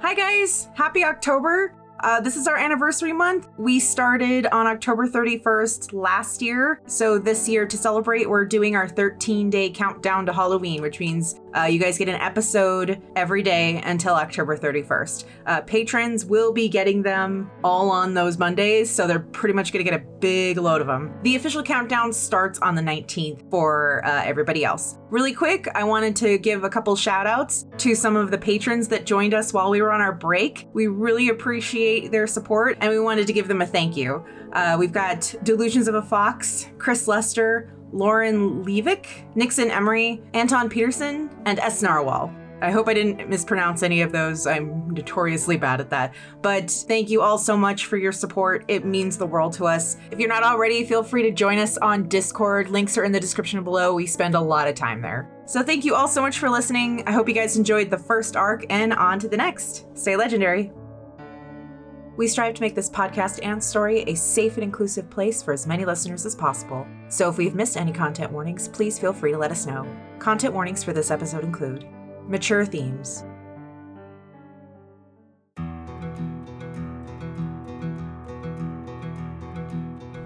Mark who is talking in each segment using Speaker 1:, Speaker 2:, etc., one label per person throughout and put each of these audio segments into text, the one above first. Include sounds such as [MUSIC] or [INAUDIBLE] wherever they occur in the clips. Speaker 1: Hi, guys. Happy October. Uh, this is our anniversary month. We started on October 31st last year. So, this year, to celebrate, we're doing our 13 day countdown to Halloween, which means uh, you guys get an episode every day until October 31st. Uh, patrons will be getting them all on those Mondays, so they're pretty much going to get a big load of them. The official countdown starts on the 19th for uh, everybody else. Really quick, I wanted to give a couple shout outs to some of the patrons that joined us while we were on our break. We really appreciate their support and we wanted to give them a thank you. Uh, we've got Delusions of a Fox, Chris Lester, Lauren Levick, Nixon Emery, Anton Peterson, and S. Narwhal. I hope I didn't mispronounce any of those. I'm notoriously bad at that. But thank you all so much for your support. It means the world to us. If you're not already, feel free to join us on Discord. Links are in the description below. We spend a lot of time there. So thank you all so much for listening. I hope you guys enjoyed the first arc and on to the next. Stay legendary. We strive to make this podcast and story a safe and inclusive place for as many listeners as possible. So if we've missed any content warnings, please feel free to let us know. Content warnings for this episode include mature themes.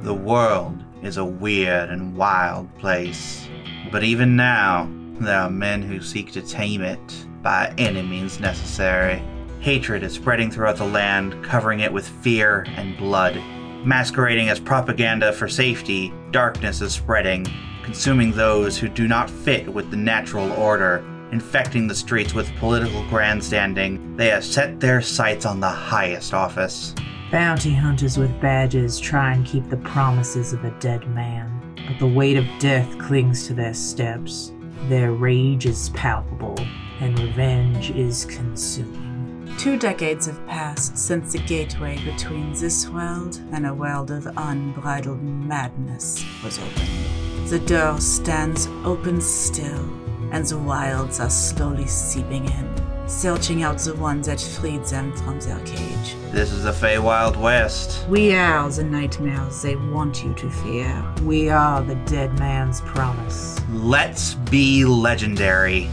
Speaker 2: The world is a weird and wild place, but even now, there are men who seek to tame it by any means necessary. Hatred is spreading throughout the land, covering it with fear and blood. Masquerading as propaganda for safety, darkness is spreading, consuming those who do not fit with the natural order infecting the streets with political grandstanding, they have set their sights on the highest office.
Speaker 3: Bounty hunters with badges try and keep the promises of a dead man, but the weight of death clings to their steps. Their rage is palpable, and revenge is consuming.
Speaker 4: Two decades have passed since the gateway between this world and a world of unbridled madness was opened. The door stands open still, and the wilds are slowly seeping in, searching out the ones that freed them from their cage.
Speaker 2: This is the Feywild West.
Speaker 4: We are the nightmares they want you to fear.
Speaker 3: We are the dead man's promise.
Speaker 2: Let's be legendary.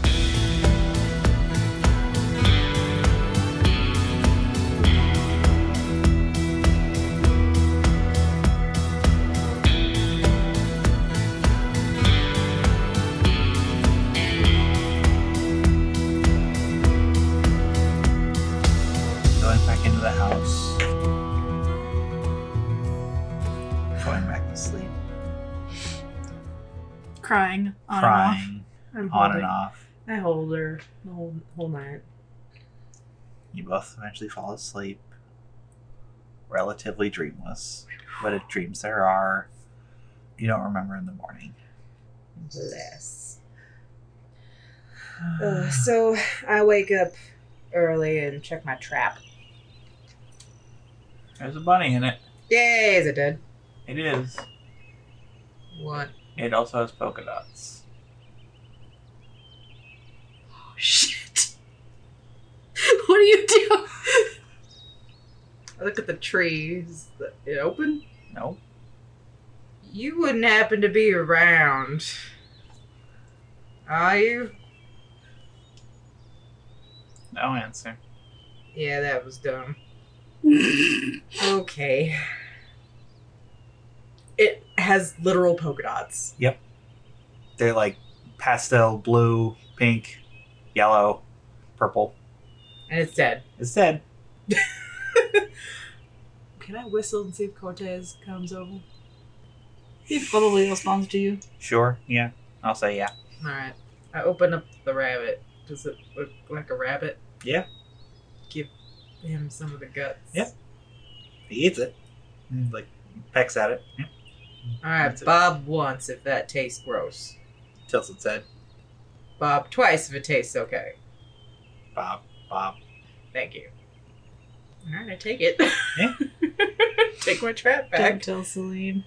Speaker 2: Going back into the house. Going back to sleep.
Speaker 5: Crying on
Speaker 2: crying
Speaker 5: and
Speaker 2: on and
Speaker 5: off. I'm holding-
Speaker 2: off.
Speaker 5: I hold her the whole, whole night.
Speaker 2: You both eventually fall asleep. Relatively dreamless. But if dreams there are, you don't remember in the morning.
Speaker 5: Bless. Uh, so I wake up early and check my trap.
Speaker 6: There's a bunny in it.
Speaker 5: Yay, is it dead?
Speaker 6: It is.
Speaker 5: What?
Speaker 6: It also has polka dots.
Speaker 5: Oh, shit. [LAUGHS] what do you do? I look at the tree. Is it open?
Speaker 6: Nope.
Speaker 5: You wouldn't happen to be around. Are you?
Speaker 6: No answer.
Speaker 5: Yeah, that was
Speaker 6: [LAUGHS]
Speaker 5: dumb. okay. It has literal polka dots.
Speaker 6: They're like pastel blue, pink, yellow, purple.
Speaker 5: And it's dead.
Speaker 6: It's dead.
Speaker 7: Can I whistle and see if Cortez comes over? He probably responds to you.
Speaker 6: Sure. Yeah. I'll say yeah.
Speaker 5: Alright. I open up the rabbit. Does it look like a rabbit?
Speaker 6: Yeah.
Speaker 5: Give him some of the guts.
Speaker 6: Yep. He eats it. And, Like pecks at it. Mm. Yeah.
Speaker 5: Alright,
Speaker 6: That's it.
Speaker 5: Bob once if that tastes gross.
Speaker 6: Tilts its head.
Speaker 5: Bob twice if it tastes okay.
Speaker 6: Bob. Bob.
Speaker 5: Thank you. Alright, I take it.
Speaker 6: Yeah.
Speaker 5: [LAUGHS] take my trap back.
Speaker 7: tell Celine.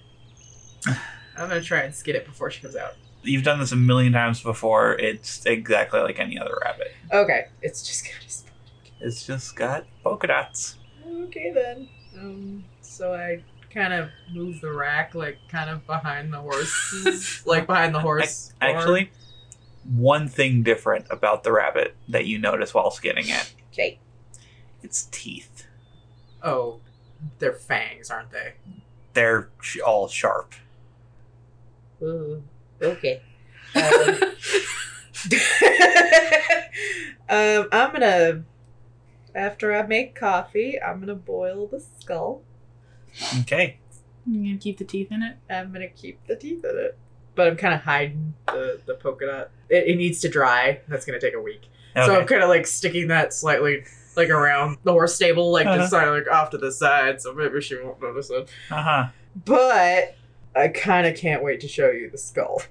Speaker 5: I'm gonna try and skid it before she comes out.
Speaker 6: You've done this a million times before. It's exactly like any other rabbit.
Speaker 5: Okay. It's just gonna
Speaker 6: It's just got polka dots.
Speaker 5: Okay then. Um, so I kind of move the rack, like kind of behind the [LAUGHS] horse, like behind the horse. barn.
Speaker 6: Actually, one thing different about the rabbit that you notice while skinning it
Speaker 5: okay.
Speaker 6: It's teeth.
Speaker 5: Oh, they're fangs, aren't they?
Speaker 6: They're sh- all sharp.
Speaker 5: Ooh, okay. Um, [LAUGHS] um, I'm gonna, after I make coffee, I'm gonna boil the skull.
Speaker 6: Okay.
Speaker 8: You gonna keep the teeth in it?
Speaker 5: I'm gonna keep the teeth in it, but I'm kind of hiding the the polka dot. It, it needs to dry. That's gonna take a week. So I'm
Speaker 6: Okay.
Speaker 5: kind of like sticking that slightly like around the horse stable, like
Speaker 6: Uh-huh.
Speaker 5: just sort of like off to the side, so maybe she won't notice it.
Speaker 6: Uh huh.
Speaker 5: But I kind of can't wait to show you the skull.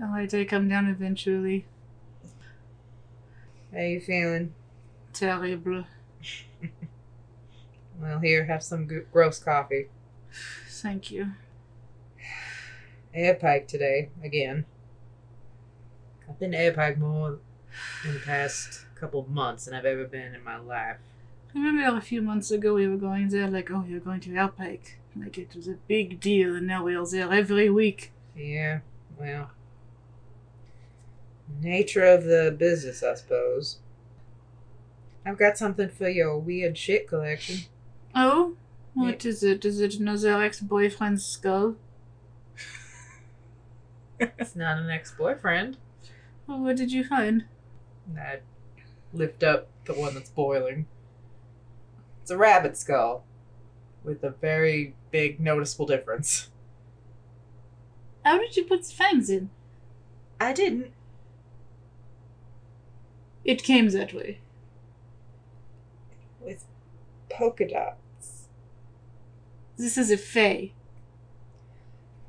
Speaker 8: I'll let it come down eventually.
Speaker 5: How you feeling?
Speaker 8: Terrible.
Speaker 5: Well, here, have some go- gross coffee.
Speaker 8: Thank you.
Speaker 5: Air pike today again. I've been to air pike more in the past couple of months than I've ever been in my life.
Speaker 8: I remember a few months ago we were going there, like, oh, you're going to Alpike. Like, it was a big deal, and now we're there every week.
Speaker 5: Yeah, well, nature of the business, I suppose. I've got something for your weird shit collection. [LAUGHS]
Speaker 8: Oh? what is it? Is it another ex boyfriend's skull?
Speaker 5: It's not an ex-boyfriend.
Speaker 8: Well, what did you find?
Speaker 5: I lift up the one that's boiling. It's a rabbit skull with a very big noticeable difference.
Speaker 8: How did you put the fangs in?
Speaker 5: I didn't.
Speaker 8: It came that way.
Speaker 5: With polka dots.
Speaker 8: This is a fey.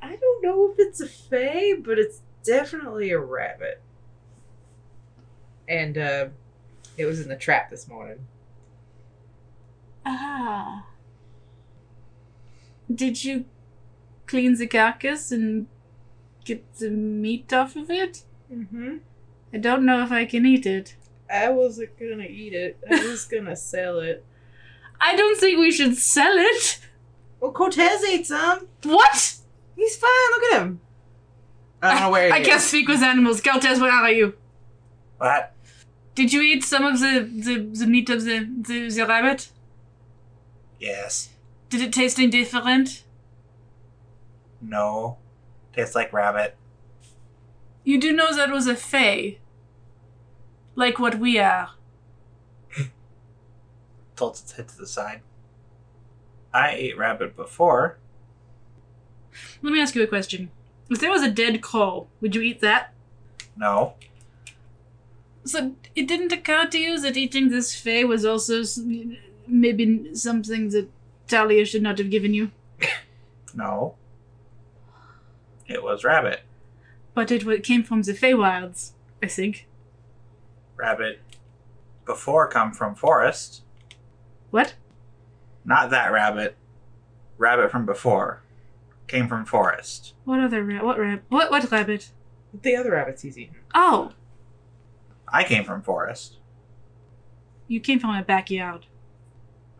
Speaker 5: I don't know if it's a fae, but it's definitely a rabbit. And uh, it was in the trap this morning.
Speaker 8: Ah. Did you clean the carcass and get the meat off of it?
Speaker 5: Mm-hmm.
Speaker 8: I don't know if I can eat it.
Speaker 5: I wasn't gonna eat it. I was gonna sell it.
Speaker 8: I don't think we should sell it.
Speaker 5: Well, Cortez ate some.
Speaker 8: What?
Speaker 5: He's fine. Look at him. I don't know where he
Speaker 8: [LAUGHS] I
Speaker 5: is.
Speaker 8: can't speak with animals. Cortez, where are you?
Speaker 6: What?
Speaker 8: Did you eat some of the, the, the meat of the, the, the rabbit?
Speaker 6: Yes.
Speaker 8: Did it taste any different?
Speaker 6: No. Tastes like rabbit.
Speaker 8: You do know that was a fae. Like what we are.
Speaker 6: Tilts its head to the side. I ate rabbit before.
Speaker 8: Let me ask you a question. If there was a dead crow, would you eat that?
Speaker 6: No.
Speaker 8: So it didn't occur to you that eating this fae was also s- maybe something that Talia should not have given you?
Speaker 6: No. It was rabbit.
Speaker 8: But it wa- came from the Feywilds, I think.
Speaker 6: Rabbit before come from forest.
Speaker 8: What?
Speaker 6: Not that rabbit. Rabbit from before came from forest.
Speaker 8: What other ra- what rab- what what rabbit?
Speaker 5: The other rabbits he's eaten.
Speaker 8: Oh,
Speaker 6: I came from forest.
Speaker 8: you came from my backyard.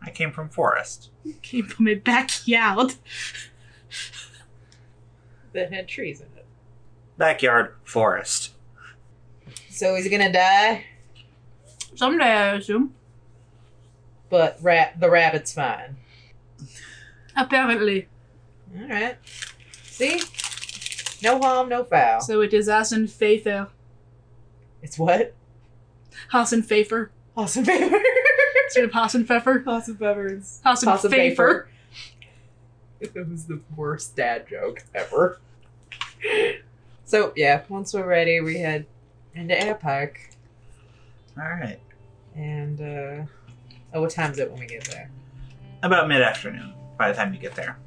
Speaker 6: I came from forest.
Speaker 8: You came from my backyard. [LAUGHS]
Speaker 5: That had trees in it.
Speaker 6: Backyard forest.
Speaker 5: So he's gonna die,
Speaker 8: Someday, I assume.
Speaker 5: but ra- the rabbit's fine.
Speaker 8: Apparently.
Speaker 5: All right. See, no harm, no foul.
Speaker 8: So it is us and Faither.
Speaker 5: it's what?
Speaker 8: House and Fafer.
Speaker 5: Awesome [LAUGHS] favor.
Speaker 8: Instead of House and Pfeffer.
Speaker 5: House of Peppers.
Speaker 8: House and
Speaker 5: House of
Speaker 8: Fafer.
Speaker 5: Paper. It was the worst dad joke ever. So yeah, once we're ready, we head into Airpac,
Speaker 6: All right.
Speaker 5: and uh, oh, what time is it when we get there?
Speaker 6: About mid afternoon by the time you get there.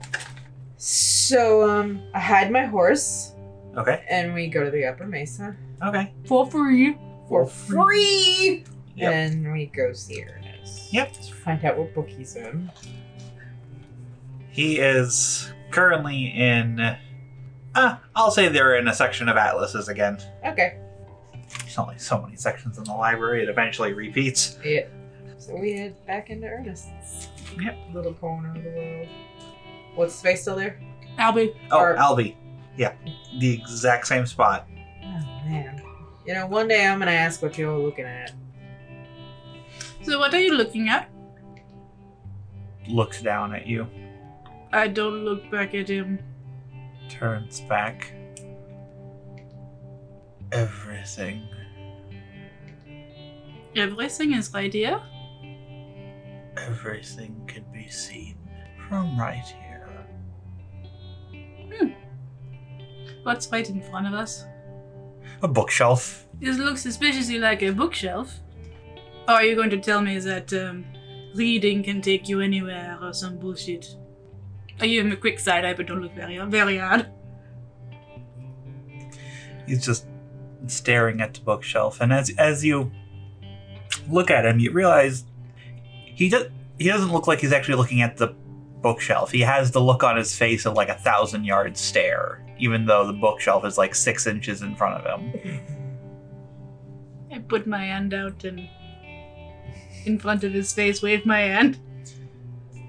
Speaker 5: So um, I hide my horse,
Speaker 6: Okay.
Speaker 5: and we go to the Upper Mesa
Speaker 6: Okay.
Speaker 8: For free.
Speaker 5: for free,
Speaker 6: Oh, Yep.
Speaker 5: and we go see Ernest.
Speaker 6: Yep.
Speaker 5: To find out what book he's in.
Speaker 6: He is currently in. Uh, I'll say they're in a section of atlases again.
Speaker 5: Okay.
Speaker 6: There's only so many sections in the library, it eventually repeats.
Speaker 5: Yeah. So we head back into Ernest's
Speaker 6: Yep.
Speaker 5: little corner of the world. What's space still there?
Speaker 8: Albie.
Speaker 6: Oh,
Speaker 5: Or-
Speaker 6: Alvy. Yeah, the exact same spot.
Speaker 5: Oh man. You know, one day I'm gonna ask what you're looking at.
Speaker 8: So what are you looking at?
Speaker 6: Looks down at you,
Speaker 8: I don't look back at him.
Speaker 6: turns back. Everything.
Speaker 8: Everything is right here.
Speaker 6: Everything can be seen from right here.
Speaker 8: What's right in front of us?
Speaker 6: A bookshelf.
Speaker 8: This looks suspiciously like a bookshelf. Or are you going to tell me that um, reading can take you anywhere or some bullshit? I give him a quick side eye, but don't look very very hard.
Speaker 6: He's just staring at the bookshelf, and as as you look at him, you realize he does he doesn't look like he's actually looking at the bookshelf. He has the look on his face of like a thousand yard stare, even though the bookshelf is like six inches in front of him.
Speaker 8: I put my hand out and in front of his face, wave my hand.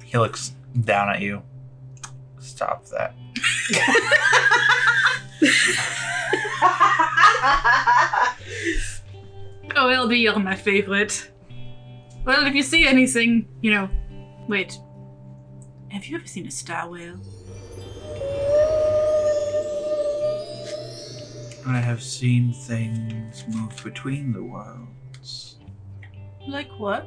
Speaker 6: He looks down at you. Stop that.
Speaker 8: Oh, it'll be you're my favorite. Well, if you see anything, you know. Wait. Have you ever seen a star whale?
Speaker 6: I have seen things move between the worlds.
Speaker 8: Like what?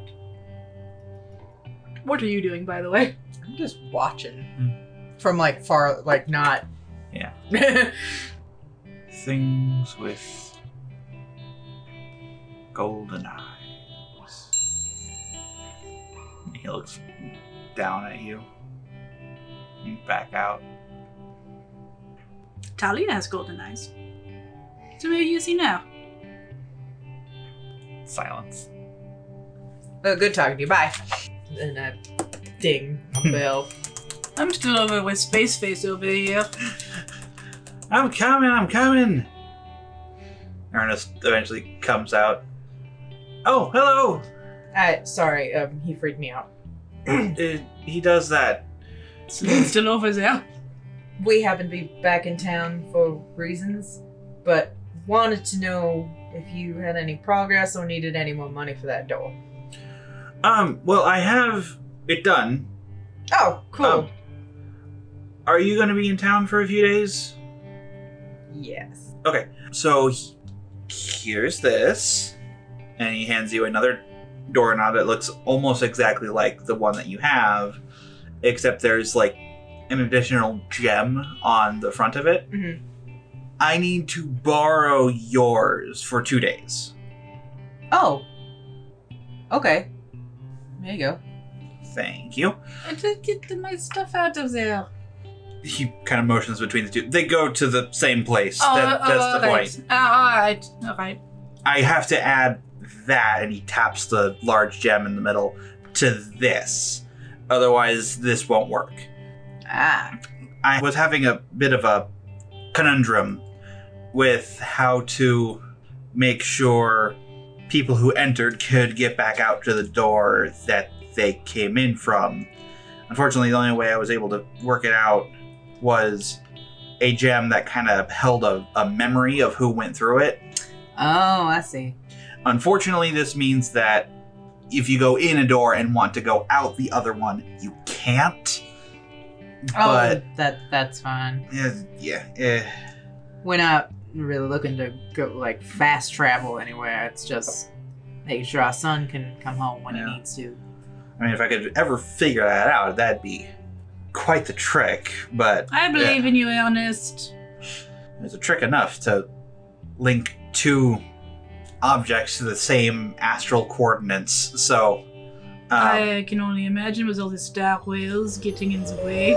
Speaker 8: What are you doing, by the way?
Speaker 5: I'm just watching from like far, like not.
Speaker 6: Yeah.
Speaker 5: Hmm. Yeah.
Speaker 6: Things with golden eyes. He looks down at you. You back out.
Speaker 8: Talia has golden eyes. So maybe you see now.
Speaker 6: Silence.
Speaker 5: [LAUGHS] oh, good talking to you. Bye. And I ding [LAUGHS] my bell.
Speaker 8: I'm still over with Space Face over [LAUGHS] here.
Speaker 2: I'm coming, I'm coming.
Speaker 6: Ernest eventually comes out. Oh, hello! [CLEARS THROAT]
Speaker 5: I sorry. Um, he freaked me out.
Speaker 6: Uh, he does that.
Speaker 8: still over there.
Speaker 5: We happen to be back in town for reasons, but wanted to know if you had any progress or needed any more money for that door.
Speaker 2: Um, well, I have it done.
Speaker 5: Oh, cool.
Speaker 2: Um, Are you going to be in town for a few days?
Speaker 5: yes.
Speaker 2: So he- here's this. And he hands you another doorknob that looks almost exactly like the one that you have, except there's like an additional gem on the front of it.
Speaker 5: Mhm.
Speaker 2: I need to borrow yours for two days.
Speaker 5: Oh. Okay. There you go.
Speaker 2: Thank you.
Speaker 8: I did get my stuff out of there.
Speaker 2: He kind of motions between the two. They go to the same place.
Speaker 8: Oh,
Speaker 2: that, that's the point.
Speaker 8: Uh, alright, alright.
Speaker 2: I have to add that, and he taps the large gem in the middle to this. Otherwise, this won't work.
Speaker 5: Ah.
Speaker 2: I was having a bit of a conundrum with how to make sure people who entered could get back out to the door that they came in from. Unfortunately, the only way I was able to work it out was a gem that kind of held a, a memory of who went through it.
Speaker 5: Oh, I see.
Speaker 2: Unfortunately, this means that if you go in a door and want to go out the other one, you can't. But
Speaker 5: oh, that that's fine.
Speaker 2: eh, yeah, eh.
Speaker 5: We're not really looking to go like fast travel anywhere. It's just making sure our son can come home when
Speaker 2: Yeah.
Speaker 5: he needs to.
Speaker 2: I mean, if I could ever figure that out, that'd be quite the trick. But
Speaker 8: I believe in you, Ernest.
Speaker 2: there's a trick enough to link two objects to the same astral coordinates. So, um,
Speaker 8: I can only imagine with all the star whales getting in the way.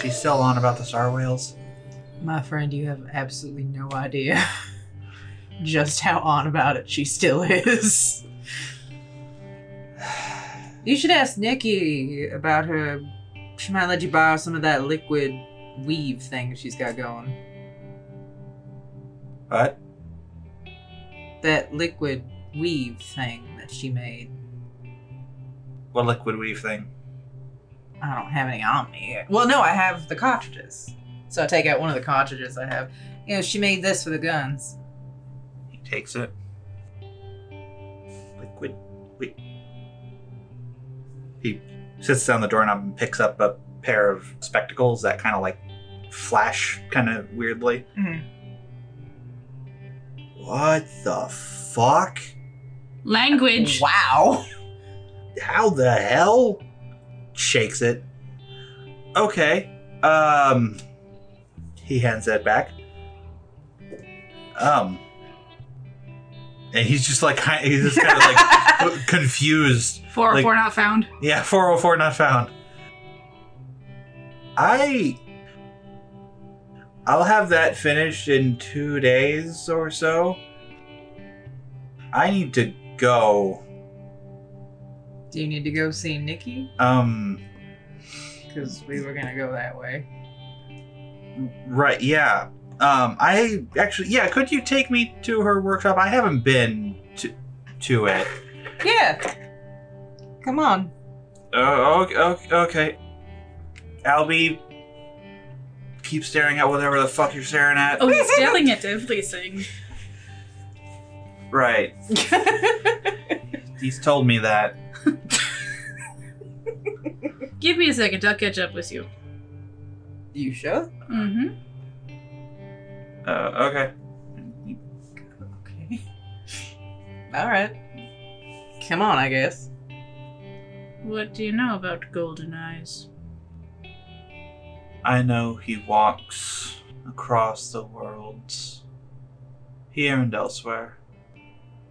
Speaker 2: she's still on about the star whales.
Speaker 5: My friend, you have absolutely no idea [LAUGHS] just how on about it she still [LAUGHS] is. You should ask Nikki about her. She might let you borrow some of that liquid weave thing she's got going.
Speaker 2: But
Speaker 5: That liquid weave thing that she made.
Speaker 2: what liquid weave thing?
Speaker 5: I don't have any on me. here. Well, no, I have the cartridges. So I take out one of the cartridges I have. You know, she made this for the guns.
Speaker 2: He takes it. Liquid
Speaker 6: sits down the doorknob and picks up a pair of spectacles that kind of like flash kind of weirdly.
Speaker 5: Mhm.
Speaker 6: What the fuck?
Speaker 8: Language.
Speaker 5: Wow.
Speaker 6: How the hell? Shakes it. Okay. Um. He hands that back. Um. And he's just like [LAUGHS] kind. He's just kind of like [LAUGHS] confused.
Speaker 8: Four
Speaker 6: Like-
Speaker 8: four not found.
Speaker 6: Yeah, [LAUGHS] 404 not found. I. I'll have that finished in two days or so. I need to go.
Speaker 5: [LAUGHS] Do you need to go see Nikki?
Speaker 6: Um,
Speaker 5: Because we were gonna go that way.
Speaker 6: right, yeah. Um, I actually, yeah, could you take me to her workshop? I haven't been to, to it.
Speaker 5: Yeah. Come on.
Speaker 6: Oh, okay, okay, okay. Albie, keep staring at whatever the fuck you're staring at.
Speaker 8: Oh, he's yelling at everything.
Speaker 6: Right. He's told me that.
Speaker 8: Give me a second. I'll catch up with you.
Speaker 5: You sure?
Speaker 8: Mm-hmm.
Speaker 6: Uh, okay.
Speaker 5: Okay. All right. Come on, I guess. [LAUGHS]
Speaker 8: What do you know about golden eyes?
Speaker 6: I know he walks across the worlds, here and elsewhere,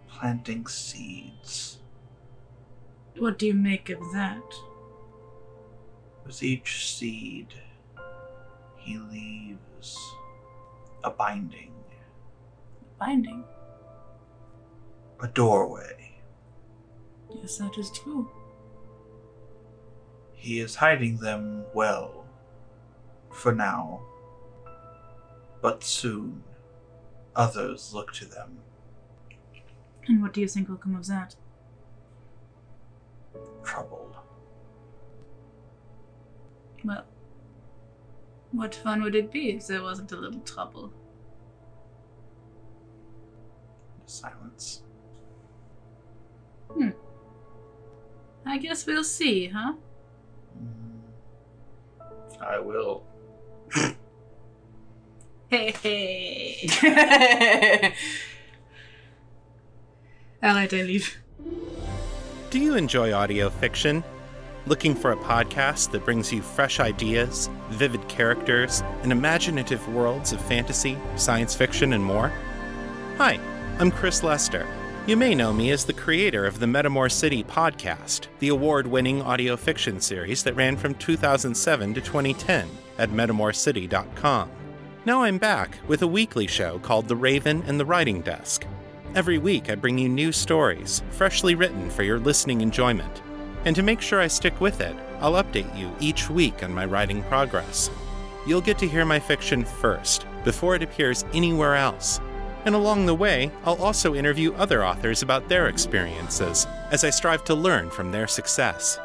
Speaker 6: planting seeds.
Speaker 8: What do you make of that?
Speaker 6: With each seed, he leaves a binding,
Speaker 8: Binding.
Speaker 6: a doorway.
Speaker 8: Yes, that is true.
Speaker 6: He is hiding them well, for now. But soon, others look to them.
Speaker 8: And what do you think will come of that?
Speaker 6: Trouble.
Speaker 8: Well, what fun would it be if there wasn't a little trouble?
Speaker 6: Silence.
Speaker 8: I guess we'll see, huh?
Speaker 6: Mm. I will.
Speaker 8: Hey, hey. Alright, I leave. [LAUGHS]
Speaker 9: Do you enjoy audio fiction? Looking for a podcast that brings you fresh ideas, vivid characters, and imaginative worlds of fantasy, science fiction, and more? Hi, I'm Chris Lester. You may know me as the creator of the Metamore City podcast, the award winning audio fiction series that ran from 2007 to 2010 at metamorecity.com. Now I'm back with a weekly show called The Raven and the Writing Desk. Every week, I bring you new stories, freshly written for your listening enjoyment. And to make sure I stick with it, I'll update you each week on my writing progress. You'll get to hear my fiction first, before it appears anywhere else. And along the way, I'll also interview other authors about their experiences as I strive to learn from their success.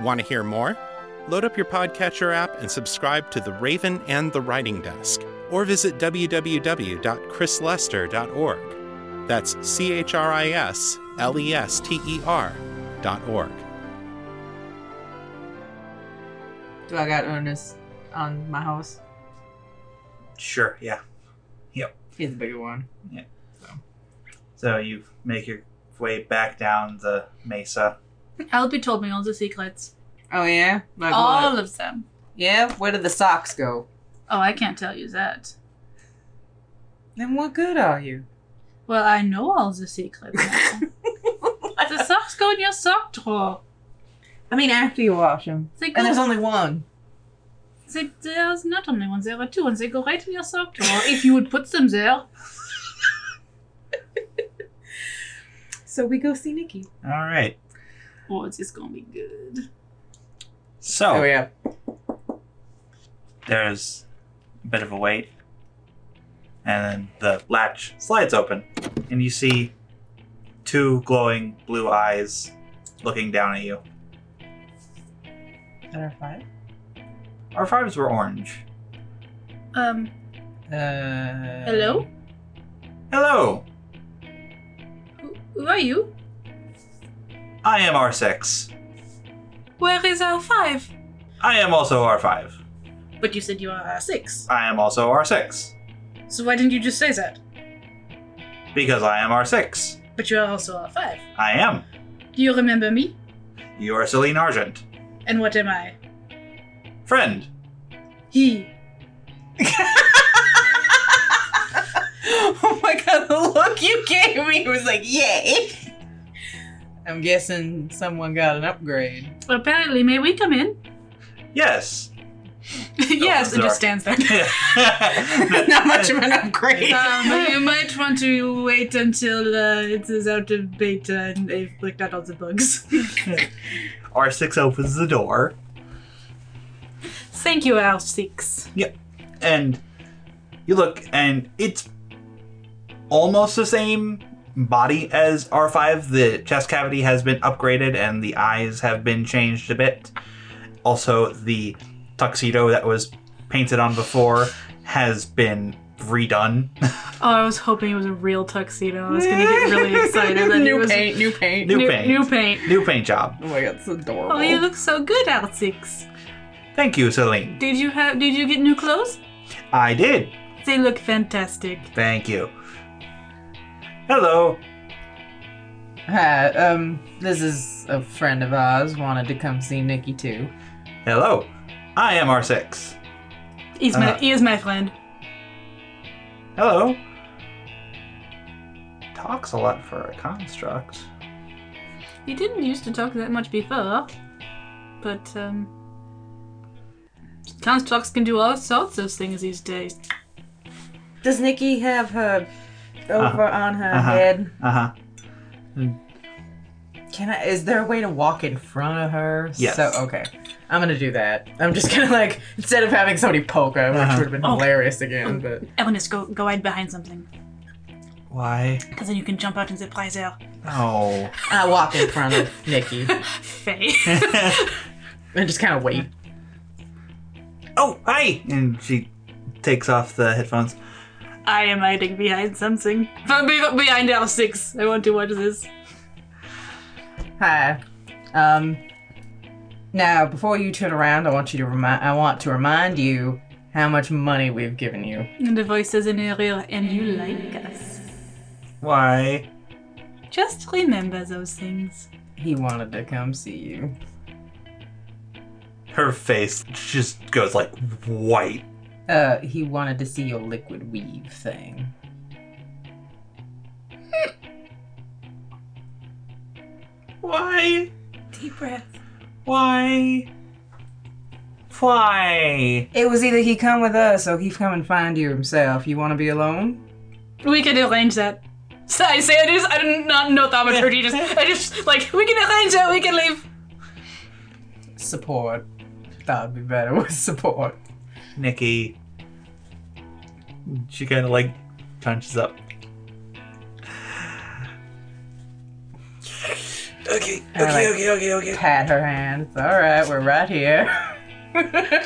Speaker 9: Want to hear more? Load up your Podcatcher app and subscribe to The Raven and the Writing Desk, or visit www.chrislester.org. That's C H R I S L E S T E R dot org.
Speaker 5: Do I got Ernest on my house?
Speaker 6: Sure, yeah.
Speaker 5: He's the bigger one.
Speaker 6: So you make your way back down the mesa.
Speaker 8: Albie told me all the secrets.
Speaker 5: Oh yeah. Like
Speaker 8: all
Speaker 5: what?
Speaker 8: of them.
Speaker 5: Yeah. Where did the socks go?
Speaker 8: Oh, I can't tell you that.
Speaker 5: Then what good are you?
Speaker 8: Well, I know all the secrets now.
Speaker 5: [LAUGHS]
Speaker 8: the socks go in your sock drawer.
Speaker 5: I mean, after you wash them.
Speaker 8: They go,
Speaker 5: And there's only one.
Speaker 8: they, there's not only one, there are two, and they go right in your sock drawer if you would put them there.
Speaker 5: So we go see Nikki.
Speaker 6: All right.
Speaker 8: Oh, it's just gonna be good.
Speaker 2: Oh.
Speaker 6: So
Speaker 5: Oh, yeah.
Speaker 6: there's a bit of a wait. And then the latch slides open, and you see two glowing blue eyes looking down at you.
Speaker 5: Terrified.
Speaker 6: Our fives were orange.
Speaker 8: Um,
Speaker 5: Uh.
Speaker 8: hello?
Speaker 6: Hello!
Speaker 8: Who, who are you?
Speaker 6: I am R6.
Speaker 8: Where is our five?
Speaker 6: I am also R5.
Speaker 8: But you said you are our six.
Speaker 6: I am also R6.
Speaker 8: So why didn't you just say that?
Speaker 6: Because I am R6.
Speaker 8: But you are also our five.
Speaker 6: I am.
Speaker 8: Do you remember me?
Speaker 6: You are Celine Argent.
Speaker 8: And what am I?
Speaker 6: Friend.
Speaker 8: He.
Speaker 5: [LAUGHS] oh my god, the look you gave me was like, yay! I'm guessing someone got an upgrade. [LAUGHS]
Speaker 8: Apparently, may we come [LAUGHS] in? Oh,
Speaker 6: Yes. [LAUGHS]
Speaker 8: yes,
Speaker 6: it just
Speaker 8: it just stands there.
Speaker 5: Not much of an upgrade.
Speaker 8: [LAUGHS] Um, you might want to wait until uh, it is out of beta and they've looked at all the bugs.
Speaker 6: R6 opens the door.
Speaker 8: [LAUGHS] Thank you, R6.
Speaker 6: and you look and it's almost the same body as R5. The chest cavity has been upgraded and the eyes have been changed a bit. Also, the tuxedo that was painted on before has been redone.
Speaker 8: Oh, I was hoping it was a real tuxedo. I was gonna get [LAUGHS] really excited that it
Speaker 5: new
Speaker 8: was
Speaker 5: paint, new paint.
Speaker 6: New
Speaker 8: new,
Speaker 6: paint.
Speaker 8: new paint.
Speaker 6: New paint job.
Speaker 5: Oh my god, it's adorable.
Speaker 8: Oh, you look so good, R6.
Speaker 6: Thank you, Celine.
Speaker 8: Did you have? Did you get new clothes?
Speaker 6: I did.
Speaker 8: They look fantastic.
Speaker 6: Thank you. Hello.
Speaker 5: Hi, um, this is a friend of ours wanted to come see Nikki too.
Speaker 6: Hello. I am R6.
Speaker 8: He's my
Speaker 6: Uh.
Speaker 8: he is my friend.
Speaker 6: Hello. Talks a lot for a construct.
Speaker 8: He didn't used to talk that much before, but um, constructs can do all sorts of things these days.
Speaker 4: Does Nikki have her over on her
Speaker 6: uh-huh.
Speaker 4: head?
Speaker 6: Uh huh.
Speaker 5: Can I? Is there a way to walk in front of her?
Speaker 6: Yes.
Speaker 5: So okay, I'm gonna do that. I'm just gonna like instead of having somebody poke her, which
Speaker 6: Uh-huh.
Speaker 5: would have been
Speaker 8: Oh.
Speaker 5: hilarious again. But
Speaker 8: Elenis, go go hide behind something,
Speaker 6: Why?
Speaker 8: because then you can jump out and surprise her.
Speaker 6: Oh.
Speaker 5: I walk in front [LAUGHS] of Nikki
Speaker 8: Faye.
Speaker 5: and just kind of wait.
Speaker 6: oh, hi! And she takes off the headphones.
Speaker 8: [LAUGHS] I am hiding behind something. From be- behind L6. I want to watch this.
Speaker 5: Hi. Um. Now, before you turn around, I want you to remind. I want to remind you how much money we've given you.
Speaker 8: And the voice says in her ear, and you like us.
Speaker 6: Why?
Speaker 8: Just remember those things.
Speaker 5: He wanted to come see you.
Speaker 6: Her face just goes like white.
Speaker 5: Uh, he wanted to see your liquid weave thing.
Speaker 6: Why?
Speaker 8: Deep breath.
Speaker 6: Why? Why?
Speaker 5: It was either he come with us or he come and find you himself. You want to be alone?
Speaker 8: We can arrange that. So I say I just I did not know thaumaturgy. Just I just like we can arrange that. We can leave.
Speaker 5: Support. That would be better [LAUGHS] with support.
Speaker 6: Nikki. She kind of like punches up. Okay,
Speaker 5: I, like,
Speaker 6: okay, okay.
Speaker 5: Pat her hand. It's all right. We're right here.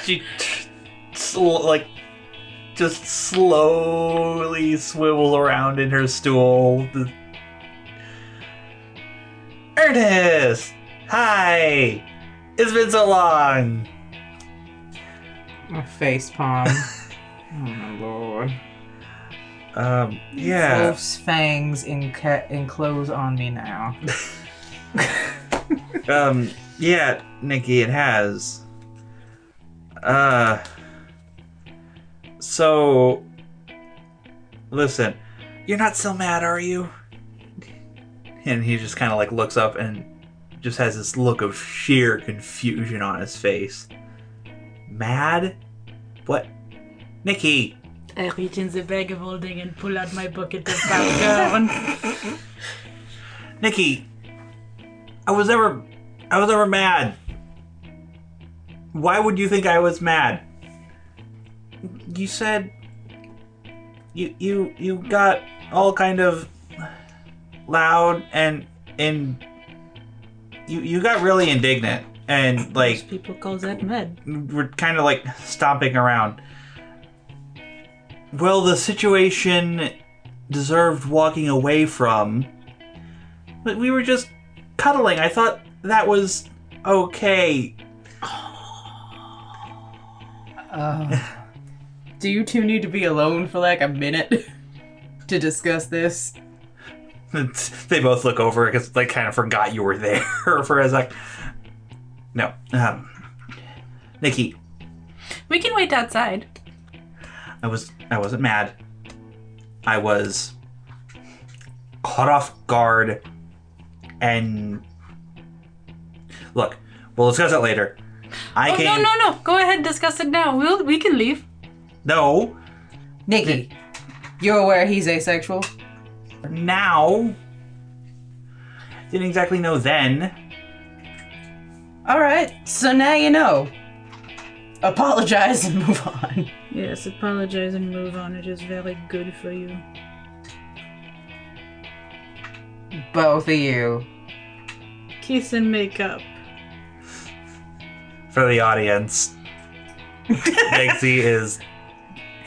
Speaker 6: She sl- like just slowly swivels around in her stool. The- Ernest, hi. It's been so long.
Speaker 5: [LAUGHS] My face palm. oh my lord.
Speaker 6: Um, yeah.
Speaker 5: Wolf's fangs enca- enclose on me now.
Speaker 6: Um, yeah, Nikki, it has. Uh. So. Listen, you're not still mad, are you? And he just kind of like looks up and just has this look of sheer confusion on his face. Mad? What? Nikki!
Speaker 8: I reach in the bag of holding and pull out my bucket of popcorn.
Speaker 6: Nikki! I was never. I was never mad. Why would you think I was mad? You said you you you got all kind of loud and and you you got really indignant and like
Speaker 8: Most people call that mad.
Speaker 6: we're kind of like stomping around. Well, the situation deserved walking away from, but we were just
Speaker 2: cuddling. I thought that was okay. [LAUGHS]
Speaker 5: Uh, do you two need to be alone for like a minute [LAUGHS] to discuss this?
Speaker 2: they both look over because they kind of forgot you were [LAUGHS] there for a sec. No, um, Nikki,
Speaker 8: We can wait outside.
Speaker 2: I was I wasn't mad. I was caught off guard and look, we'll discuss that later. I
Speaker 8: oh
Speaker 2: came
Speaker 8: no no no! Go ahead, discuss it now. We'll we can leave.
Speaker 2: no
Speaker 5: Nikki, you're aware he's asexual?
Speaker 2: now. Didn't exactly know then.
Speaker 5: Alright, so now you know. Apologize and [LAUGHS] move on.
Speaker 8: Yes, apologize and move on. It is very good for you.
Speaker 5: Both of you. [LAUGHS]
Speaker 8: Kiss and make up.
Speaker 2: for the audience. Megsy is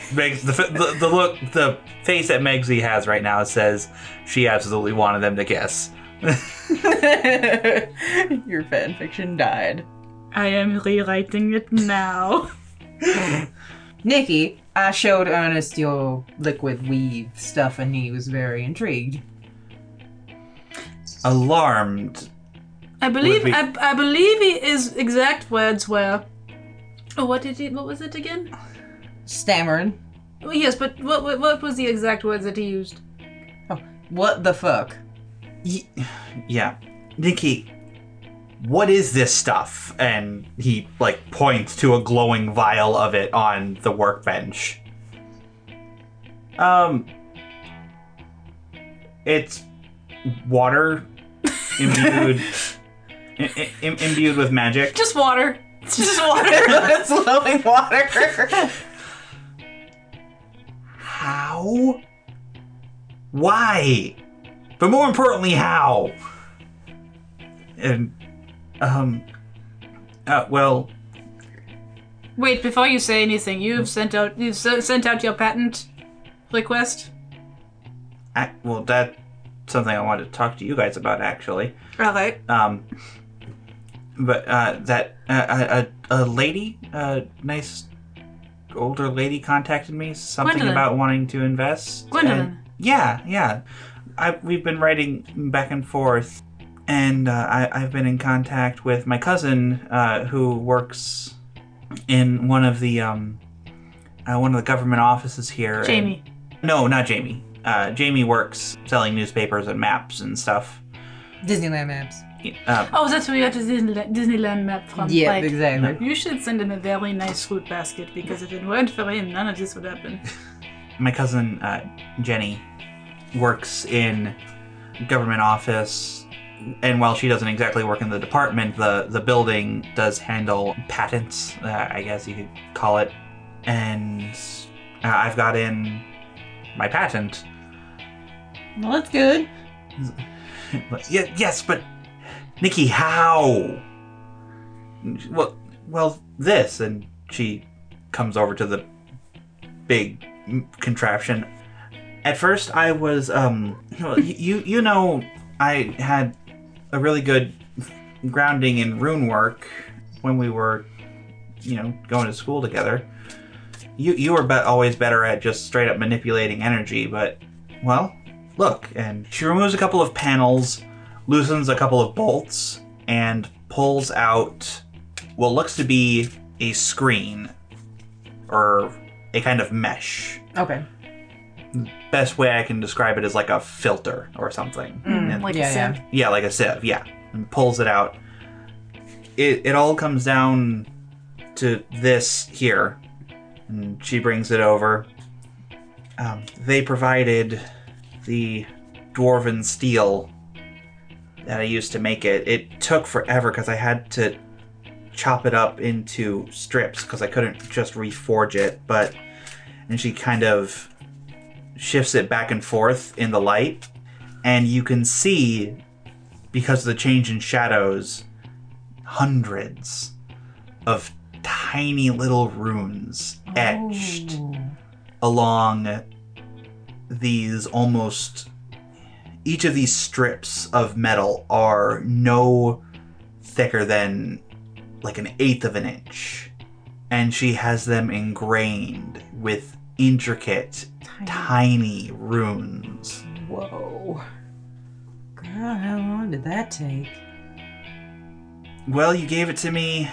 Speaker 2: Megs, the, the the look the face that Megsy has right now says she absolutely wanted them to kiss.
Speaker 5: Your fanfiction died.
Speaker 8: I am rewriting it now.
Speaker 5: [LAUGHS] Nikki, I showed Ernest your liquid weave stuff and he was very intrigued.
Speaker 2: Alarmed,
Speaker 8: I believe
Speaker 2: Would we-
Speaker 8: I, I believe i- his exact words were. Oh, what did he? What was it again?
Speaker 5: Stammering.
Speaker 8: Oh, yes, but what, what what was the exact words that he used?
Speaker 5: What the fuck?
Speaker 2: y- yeah, Nikki, what is this stuff? And he like points to a glowing vial of it on the workbench. Um, it's water imbued. i- i- im- imbued with magic.
Speaker 8: Just water. It's just water.
Speaker 5: it's flowing water.
Speaker 2: How? Why? But more importantly, how? And, um, uh, well,
Speaker 8: Wait, before you say anything, you've sent out you've s- sent out your patent request.
Speaker 2: I, well, that's something I wanted to talk to you guys about, actually.
Speaker 8: All right.
Speaker 2: Um, but, uh, that, uh, a, a a lady, a nice older lady contacted me, something
Speaker 8: Gwendolyn.
Speaker 2: about wanting to invest. and-
Speaker 8: Gwendolyn.
Speaker 2: Yeah, yeah. I, we've been writing back and forth, and uh, I, I've been in contact with my cousin uh, who works in one of the um, uh, one of the government offices here. and-
Speaker 8: Jamie.
Speaker 2: no, not Jamie. Uh, Jamie works selling newspapers and maps and stuff.
Speaker 5: Disneyland maps.
Speaker 2: Uh,
Speaker 8: Oh, that's where you got the Disneyland, Disneyland map from.
Speaker 5: Yeah,
Speaker 8: right.
Speaker 5: exactly.
Speaker 8: You should send him a very nice fruit basket because if it weren't for him, none of this would happen.
Speaker 2: my cousin uh, Jenny works in government office, and while she doesn't exactly work in the department, the the building does handle patents, uh, I guess you could call it. And uh, I've got in my patent.
Speaker 5: Well, that's
Speaker 2: [LAUGHS]
Speaker 5: good.
Speaker 2: But- ye- yes, but Nikki, how? Well, well, this, and she comes over to the big contraption. At first, I was, um, well, y- you, you know, I had a really good grounding in rune work when we were, you know, going to school together. You, you were be- always better at just straight up manipulating energy, but, well, look, and she removes a couple of panels, loosens a couple of bolts, and pulls out what looks to be a screen or a kind of mesh.
Speaker 5: Okay.
Speaker 2: Best way I can describe it is like a filter or something. And-
Speaker 8: Like
Speaker 5: Yeah,
Speaker 8: I
Speaker 5: yeah.
Speaker 8: said.
Speaker 2: yeah, Mm, like a sieve, yeah. And pulls it out. It, it all comes down to this here. And she brings it over. Um, they provided the dwarven steel that I used to make it. It took forever because I had to chop it up into strips because I couldn't just reforge it. But, and she kind of shifts it back and forth in the light. And you can see because of the change in shadows, hundreds of tiny little runes
Speaker 5: Oh.
Speaker 2: etched along these almost each of these strips of metal are no thicker than like an eighth of an inch. And she has them ingrained with intricate, tiny runes.
Speaker 10: Whoa. God, how long did that take?
Speaker 2: Well, you gave it to me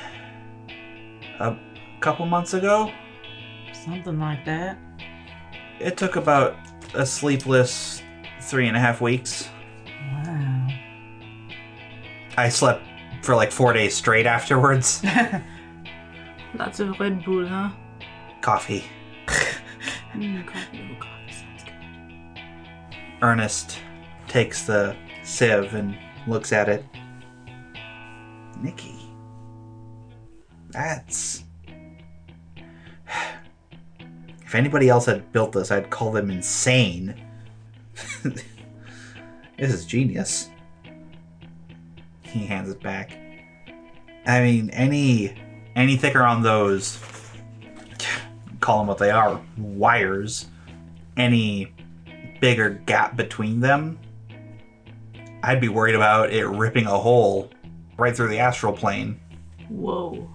Speaker 2: a couple months ago.
Speaker 10: Something like that.
Speaker 2: It took about a sleepless three and a half weeks.
Speaker 10: Wow.
Speaker 2: I slept for like four days straight afterwards.
Speaker 8: Lots of Red Bull, huh?
Speaker 2: Coffee.
Speaker 8: Mm, coffee, oh, coffee sounds good.
Speaker 2: Ernest takes the sieve and looks at it. Nikki. That's. [SIGHS] If anybody else had built this, I'd call them insane. [LAUGHS] this is genius. He hands it back. I mean, any any thicker on those, [SIGHS] call them what they are, wires. Any bigger gap between them, I'd be worried about it ripping a hole right through the astral plane.
Speaker 8: Whoa.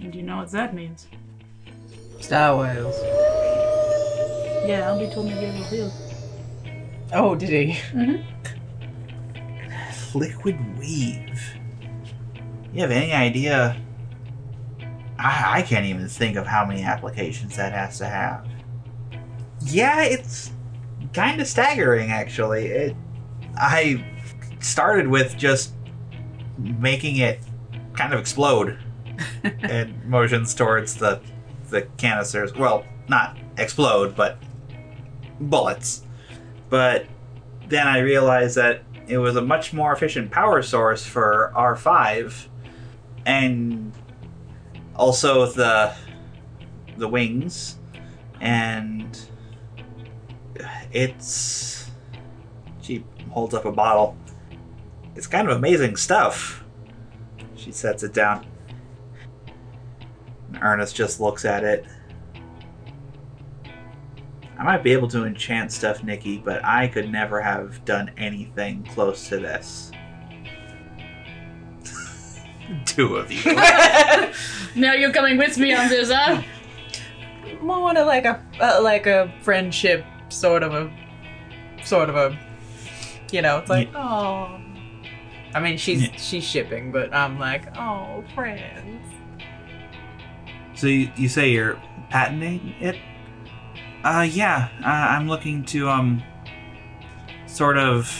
Speaker 8: And you know what that means?
Speaker 5: Star Wars.
Speaker 8: Yeah, I'll be told me the real.
Speaker 5: Oh, did he?
Speaker 2: Liquid weave. You have any idea? I, I can't even think of how many applications that has to have. Yeah, it's kind of staggering, actually. It, I started with just making it kind of explode and motions towards the the canisters. Well, not explode, but bullets. But then I realized that it was a much more efficient power source for R5 and also the the wings and it's she holds up a bottle. It's kind of amazing stuff. She sets it down. And Ernest just looks at it. I might be able to enchant stuff, Nikki, but I could never have done anything close to this. [LAUGHS] Two of you.
Speaker 8: Now you're coming with me on this, huh?
Speaker 5: More to like a uh, like a friendship sort of a sort of a you know it's like oh I mean she's
Speaker 11: Yeah.
Speaker 5: she's shipping but I'm like oh friends
Speaker 2: So you, you say you're patenting it? Uh, yeah. Uh, I'm looking to um, sort of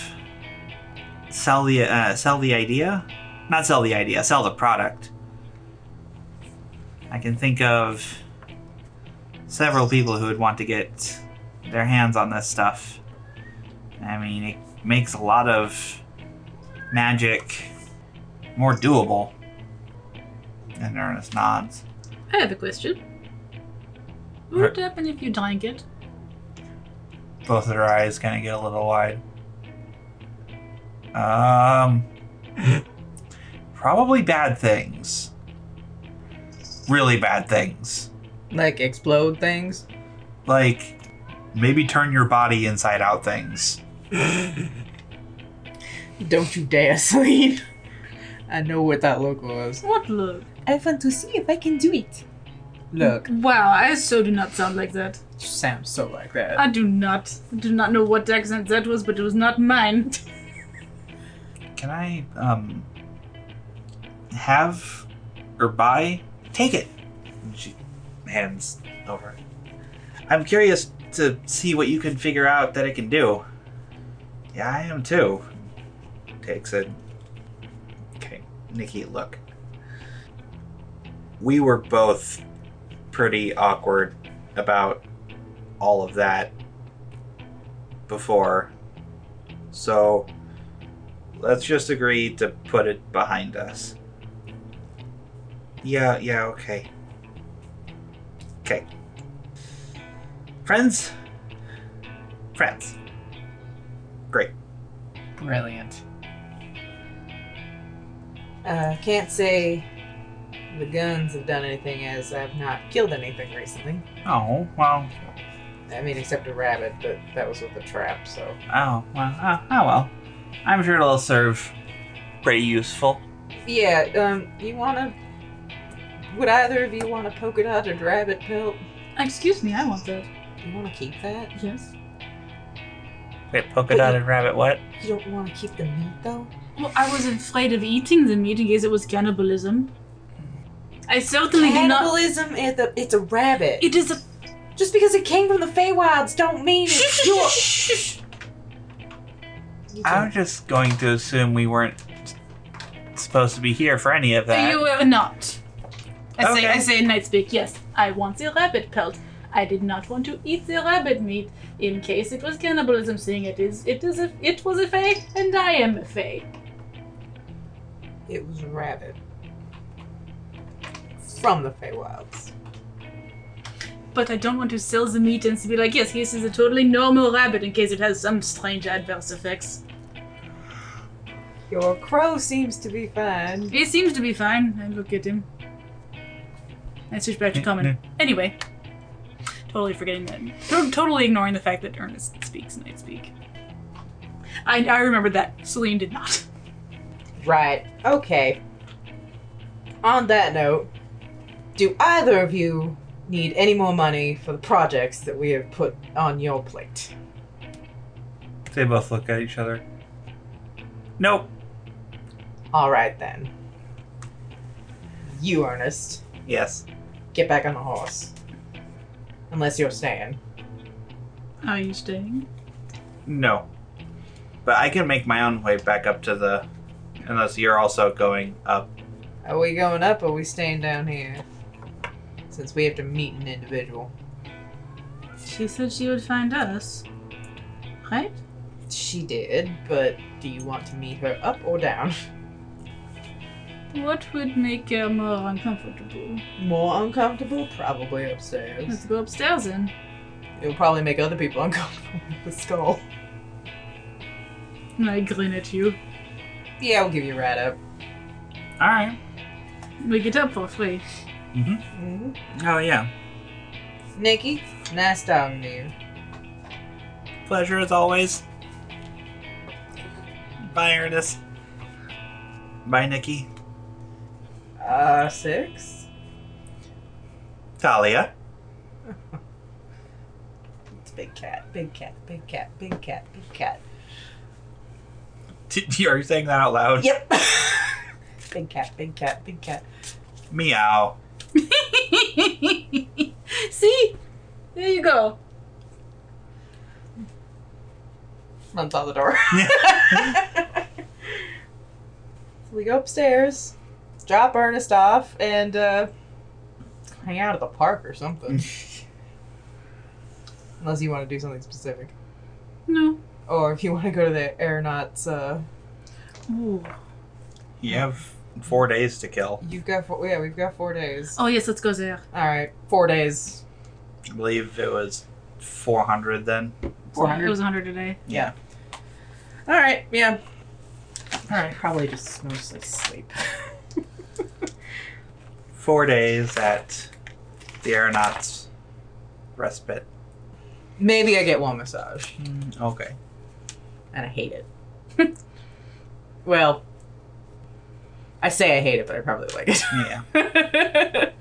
Speaker 2: sell the uh, sell the idea, not sell the idea, sell the product. I can think of several people who would want to get their hands on this stuff. I mean, it makes a lot of magic more doable. And Ernest nods.
Speaker 8: I have a question. What would happen if you drank it?
Speaker 11: Both of her eyes kind of get a little wide. Um,
Speaker 2: [LAUGHS] probably bad things. Really bad things.
Speaker 5: like explode things
Speaker 2: Like maybe turn your body inside out things.
Speaker 5: don't you dare [LAUGHS] sleep I know what that look was
Speaker 8: What look?
Speaker 10: I want to see if I can do it.
Speaker 5: look
Speaker 8: Wow, I so do not sound like that.
Speaker 5: sounds so like that
Speaker 8: I do not. I do not know what accent that was, but it was not mine. [LAUGHS]
Speaker 2: Can I um have or buy? Take it. And she hands over. I'm curious to see what you can figure out that it can do. Yeah, I am too. Takes it. Okay, Nikki, look. We were both pretty awkward about all of that before. So, let's just agree to put it behind us. Yeah, yeah, okay. Okay. Friends? Friends. Great.
Speaker 5: Brilliant. Uh, can't say the guns have done anything as I've not killed anything recently.
Speaker 11: oh, well,
Speaker 5: I mean, except a rabbit, but that was with a trap, so.
Speaker 2: Oh, well, oh, oh well. I'm sure it'll serve pretty useful.
Speaker 5: Yeah, um, you wanna. Would either of you want a polka dotted rabbit pelt?
Speaker 8: Excuse me, I want that.
Speaker 5: You wanna keep that?
Speaker 8: Yes.
Speaker 2: Wait, polka dotted rabbit, what?
Speaker 5: You don't wanna keep the meat, though?
Speaker 8: Well, I was afraid of eating the meat in case it was cannibalism. I certainly do not.
Speaker 5: Cannibalism is a, it's a rabbit.
Speaker 8: It is a.
Speaker 5: Just because it came from the Feywilds don't mean it's your. You
Speaker 2: I'm just going to assume we weren't s- supposed to be here for any of that.
Speaker 8: You were not. I say, I
Speaker 2: Okay.
Speaker 8: say in night speak. Yes, I want the rabbit pelt. I did not want to eat the rabbit meat in case it was cannibalism. Seeing it is, it is a, it was a fae, and I am a fae.
Speaker 5: It was a rabbit. From the Feywilds.
Speaker 8: But I don't want to sell the meat and be like, yes, this is a totally normal rabbit in case it has some strange adverse effects.
Speaker 5: Your crow seems to be fine.
Speaker 8: He seems to be fine. I look at him. I switch back to common. Anyway, totally forgetting that. to- Totally ignoring the fact that Ernest speaks night speak. I, I remembered that. Celine did not.
Speaker 5: Right. Okay. On that note, do either of you need any more money for the projects that we have put on your plate?
Speaker 2: They both look at each other. Nope.
Speaker 5: All right then. You, Ernest,
Speaker 2: Yes.
Speaker 5: get back on the horse. Unless you're staying.
Speaker 8: Are you staying?
Speaker 2: No. But I can make my own way back up to the. Unless you're also going up.
Speaker 5: Are we going up or are we staying down here? Since we have to meet an individual.
Speaker 8: She said she would find us. Right?
Speaker 5: She did, but do you want to meet her up or down? [LAUGHS]
Speaker 8: What would make her more uncomfortable?
Speaker 5: More uncomfortable? Probably upstairs.
Speaker 8: Let's go upstairs then.
Speaker 5: It'll probably make other people [LAUGHS] uncomfortable with the skull.
Speaker 8: And I grin at you.
Speaker 5: Yeah, we'll give you a ride up.
Speaker 2: Alright.
Speaker 8: We get up for free.
Speaker 5: Mm-hmm.
Speaker 2: Oh, yeah.
Speaker 5: Nikki, nice talking to you.
Speaker 2: Pleasure as always. Bye, Ernest. Bye, Nikki.
Speaker 5: Uh, six?
Speaker 2: Talia.
Speaker 5: It's a big cat, big cat, big cat, big cat,
Speaker 2: [LAUGHS]
Speaker 5: big cat.
Speaker 2: T- are you saying that out loud?
Speaker 5: Yep. [LAUGHS] big cat, big cat, big cat.
Speaker 2: Meow.
Speaker 8: See? There you go.
Speaker 5: Runs out the door. so we go upstairs, drop Ernest off, and uh, hang out at the park or [LAUGHS] something. Unless you want to do something specific.
Speaker 8: No.
Speaker 5: Or if you want to go to the aeronauts, uh,
Speaker 8: Ooh.
Speaker 2: You have four days to kill.
Speaker 5: you've got four, yeah, we've got four days.
Speaker 8: Oh yes, let's go there.
Speaker 5: All right, four days.
Speaker 2: I believe it was 400 then.
Speaker 8: It was 100 today.
Speaker 5: Yeah. All right. Yeah. All right. Probably just mostly sleep. [LAUGHS]
Speaker 2: Four days at the aeronauts respite.
Speaker 5: Maybe I get one massage,
Speaker 2: Okay.
Speaker 5: and I hate it. [LAUGHS] well, I say I hate it, but I probably like
Speaker 2: Yeah.
Speaker 5: it.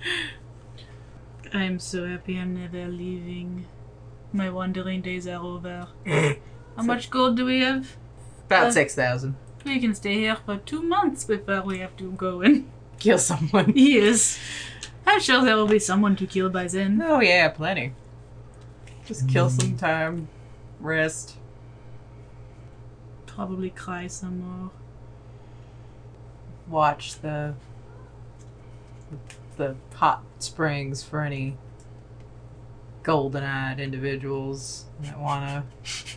Speaker 5: [LAUGHS]
Speaker 8: I'm so happy I'm never leaving. My wandering days are over. How much gold do we have?
Speaker 5: About
Speaker 8: Uh.
Speaker 5: six thousand.
Speaker 8: We can stay here for two months before we have to go in. [LAUGHS]
Speaker 5: Kill someone. [LAUGHS]
Speaker 8: Yes. I'm sure there will be someone to kill by then.
Speaker 5: Oh yeah, plenty. Just kill
Speaker 8: Mm.
Speaker 5: some time, rest.
Speaker 8: Probably cry some more.
Speaker 5: watch the the hot springs for any golden-eyed individuals that want to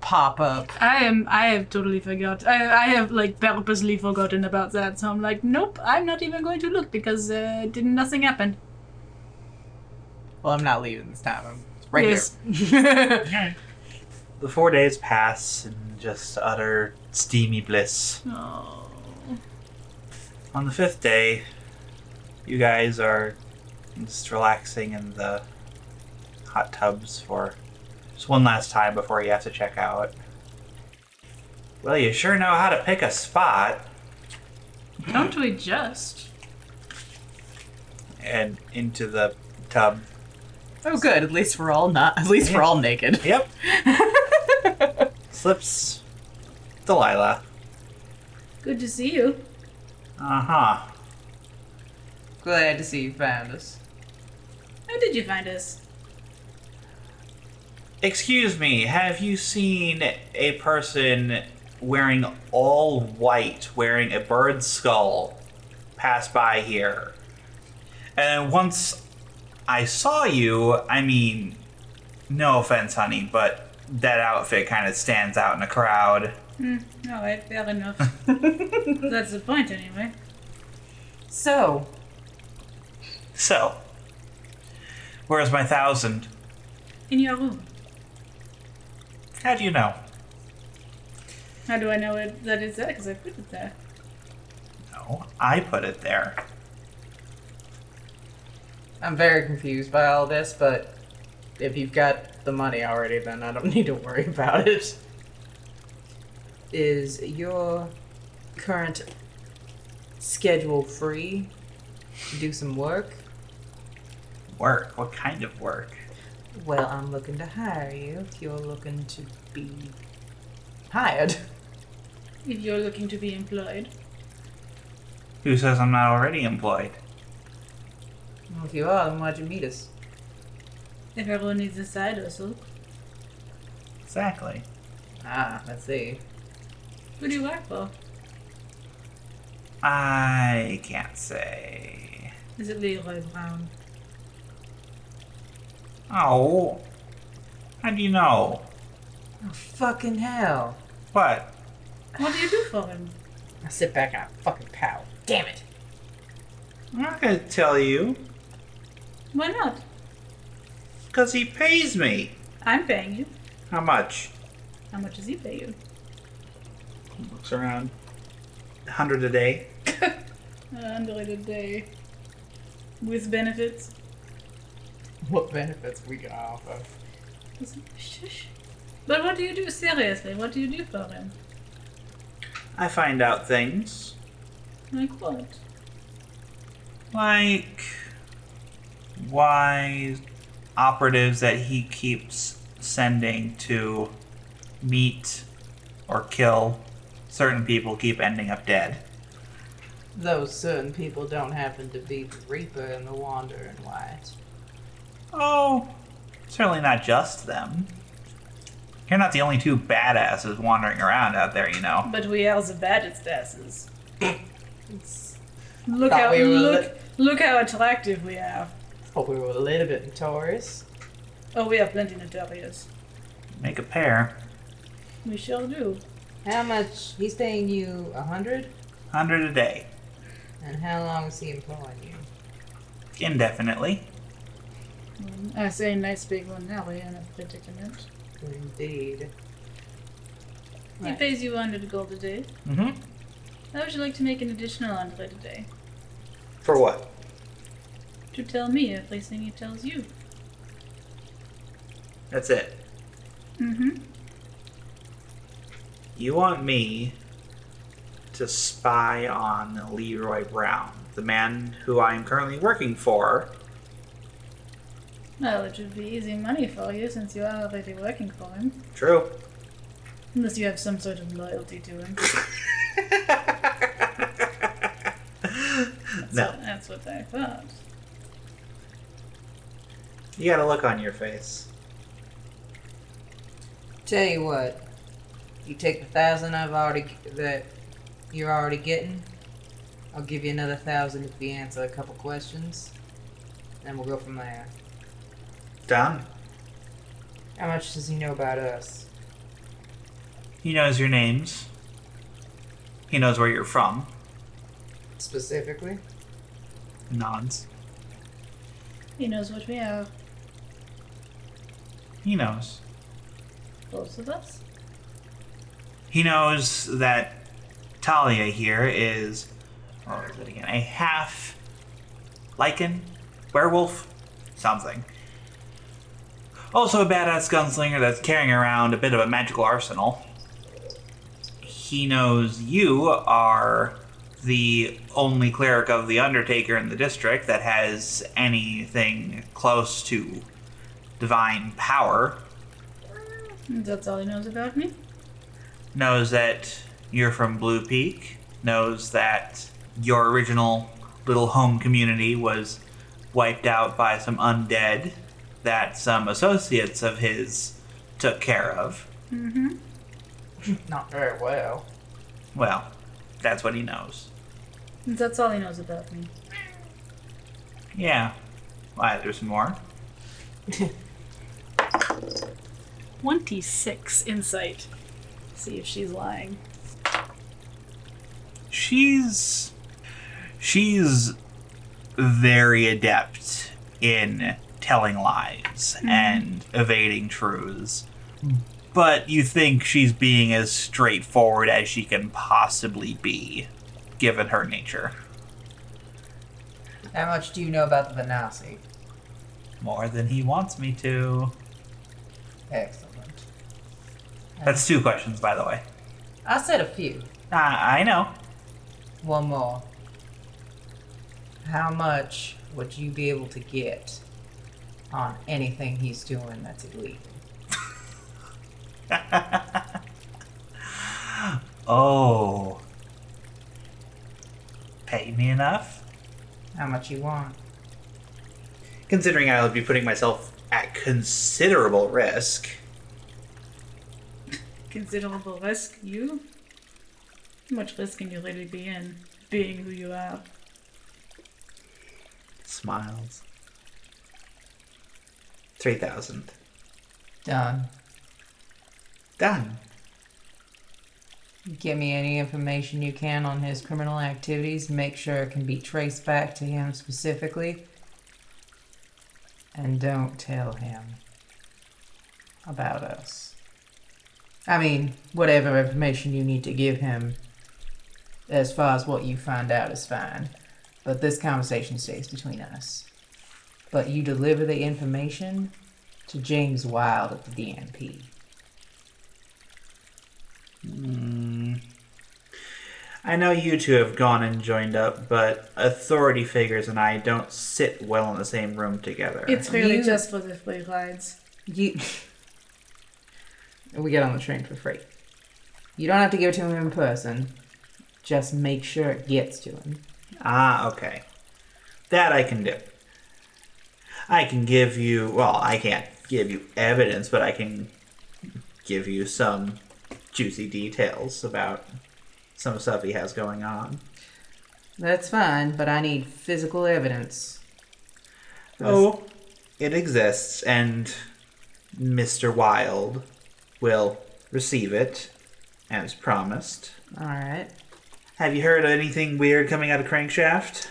Speaker 5: pop up.
Speaker 8: I am. I have totally forgot. I, I have like purposely forgotten about that. So I'm like, nope. I'm not even going to look because uh, didn't nothing happened.
Speaker 5: Well, I'm not leaving this time. I'm right
Speaker 8: Yes.
Speaker 5: here.
Speaker 2: The four days pass in just utter steamy bliss.
Speaker 8: Oh.
Speaker 2: On the fifth day, you guys are just relaxing in the hot tubs for Just one last time before you have to check out. Well, you sure know how to pick a spot.
Speaker 8: Don't we just?
Speaker 2: And into the tub.
Speaker 5: Oh, good. At least we're all not. At least we're all naked.
Speaker 2: Yep. Slips Delilah.
Speaker 8: Good to see you.
Speaker 2: Uh huh.
Speaker 5: Glad to see you found us.
Speaker 8: How did you find us?
Speaker 2: Excuse me, have you seen a person wearing all white, wearing a bird skull, pass by here? And once I saw you, I mean, no offense, honey, but that outfit kind of stands out in a crowd.
Speaker 8: Hmm. All right. Fair enough. That's the point, anyway.
Speaker 5: So,
Speaker 2: So, where's my thousand?
Speaker 8: In your room.
Speaker 2: How do you know?
Speaker 8: How do I know it, that it's there? Because I put it there.
Speaker 2: No, I put it there.
Speaker 5: I'm very confused by all this, but if you've got the money already, then I don't [LAUGHS] need to worry about it. Is your current schedule free to do some work?
Speaker 2: Work? What kind of work?
Speaker 5: Well, I'm looking to hire you if you're looking to be hired. [LAUGHS]
Speaker 8: If you're looking to be employed.
Speaker 2: Who says I'm not already employed?
Speaker 5: Well, if you are, then why'd you meet us?
Speaker 8: If everyone needs a side hustle.
Speaker 2: Exactly.
Speaker 5: Ah, let's see.
Speaker 8: Who do you work for?
Speaker 2: I can't say.
Speaker 8: Is it Leroy Brown?
Speaker 2: Oh, how do you know?
Speaker 5: Oh, fucking hell.
Speaker 2: What?
Speaker 8: What do you do for him?
Speaker 5: I sit back and I fucking pout. Damn it.
Speaker 2: I'm not gonna tell you,
Speaker 8: Why not?
Speaker 2: 'cause he pays me.
Speaker 8: I'm paying you.
Speaker 2: How much?
Speaker 8: How much does he pay you?
Speaker 2: Looks around. A hundred a day.
Speaker 8: Uh, unrelated day. With benefits.
Speaker 5: What benefits we can offer?
Speaker 8: Shush. But what do you do? Seriously, what do you do for him?
Speaker 2: I find out things.
Speaker 8: Like what?
Speaker 2: like why operatives that he keeps sending to meet or kill certain people keep ending up dead.
Speaker 5: Those certain people don't happen to be the Reaper and the Wanderer and Wyatt.
Speaker 2: Oh, certainly not just them. You're not the only two badasses wandering around out there, you know.
Speaker 8: But we are the baddest asses. look
Speaker 5: Thought
Speaker 8: how
Speaker 5: we were a
Speaker 8: look look how attractive we are.
Speaker 5: Oh, we were a little bit notorious.
Speaker 8: Oh, we have plenty notorious.
Speaker 2: Make a pair.
Speaker 8: We sure do.
Speaker 5: How much? He's paying you a hundred,
Speaker 2: 100 a day.
Speaker 5: and how long is he employing you?
Speaker 2: Indefinitely.
Speaker 8: Mm, I say nice big one now in a predicament.
Speaker 5: Indeed.
Speaker 8: He
Speaker 5: Right.
Speaker 8: pays you 100 gold a day.
Speaker 2: Mm-hmm.
Speaker 8: How would you like to make an additional 100 a day?
Speaker 2: For what?
Speaker 8: To tell me everything he tells you.
Speaker 2: That's it.
Speaker 8: Mm-hmm.
Speaker 2: You want me to spy on Leroy Brown, the man who I am currently working for.
Speaker 8: Well, it should be easy money for you since you are already working for him.
Speaker 2: True. [LAUGHS]
Speaker 8: Unless you have some sort of loyalty to him. That's
Speaker 2: no,
Speaker 8: What, that's what I thought.
Speaker 2: you got a look on your face.
Speaker 5: Tell you what, you take the thousand I've already that you're already getting. I'll give you another thousand if you answer a couple questions, and we'll go from there.
Speaker 2: Done.
Speaker 5: How much does he know about us?
Speaker 2: He knows your names. He knows where you're from.
Speaker 5: Specifically?
Speaker 2: Nods.
Speaker 8: He knows what we are,
Speaker 2: He knows.
Speaker 8: both of us.
Speaker 2: He knows that Talia here is, what was it again? A half lichen, werewolf, something. Also a badass gunslinger that's carrying around a bit of a magical arsenal. He knows you are the only cleric of the Undertaker in the district that has anything close to divine power.
Speaker 8: That's all he knows about me.
Speaker 2: knows that you're from Blue Peak, knows that your original little home community was wiped out by some undead that some associates of his took care of.
Speaker 8: Mm-hmm.
Speaker 5: Not very well.
Speaker 2: Well, that's what he knows.
Speaker 8: That's all he knows about me.
Speaker 2: Yeah. Why, there's more.
Speaker 8: 26 insight. See if she's lying.
Speaker 2: she's she's very adept in telling lies and evading truths but you think she's being as straightforward as she can possibly be given her nature
Speaker 5: How much do you know about the Venasi?
Speaker 2: more than he wants me to
Speaker 5: Excellent.
Speaker 2: that's two questions by the way
Speaker 5: I said a few.
Speaker 2: i, I know
Speaker 5: One more. How much would you be able to get on anything he's doing that's illegal?
Speaker 2: oh pay me enough
Speaker 5: How much you want?
Speaker 2: considering I would be putting myself at considerable risk.
Speaker 8: Considerable risk, you? How much risk can you really be in, being who you are?
Speaker 2: Smiles. 3,000.
Speaker 5: Done.
Speaker 2: Done.
Speaker 5: Give me any information you can on his criminal activities. Make sure it can be traced back to him specifically. And don't tell him about us. I mean, whatever information you need to give him, as far as what you find out is fine. But this conversation stays between us. But you deliver the information to James Wild at the DNP.
Speaker 2: I know you two have gone and joined up, but authority figures and I don't sit well in the same room together.
Speaker 8: It's really
Speaker 5: You-
Speaker 8: just for the free rides.
Speaker 5: You. we get on the train for free. You don't have to give it to him in person. Just make sure it gets to him.
Speaker 2: Ah, okay. That I can do. I can give you, well, I can't give you evidence, but I can give you some juicy details about some stuff he has going on.
Speaker 5: That's fine, but I need physical evidence.
Speaker 2: Oh, it exists, and Mr. Wilde will receive it as promised.
Speaker 5: All right.
Speaker 2: Have you heard anything weird coming out of Crankshaft?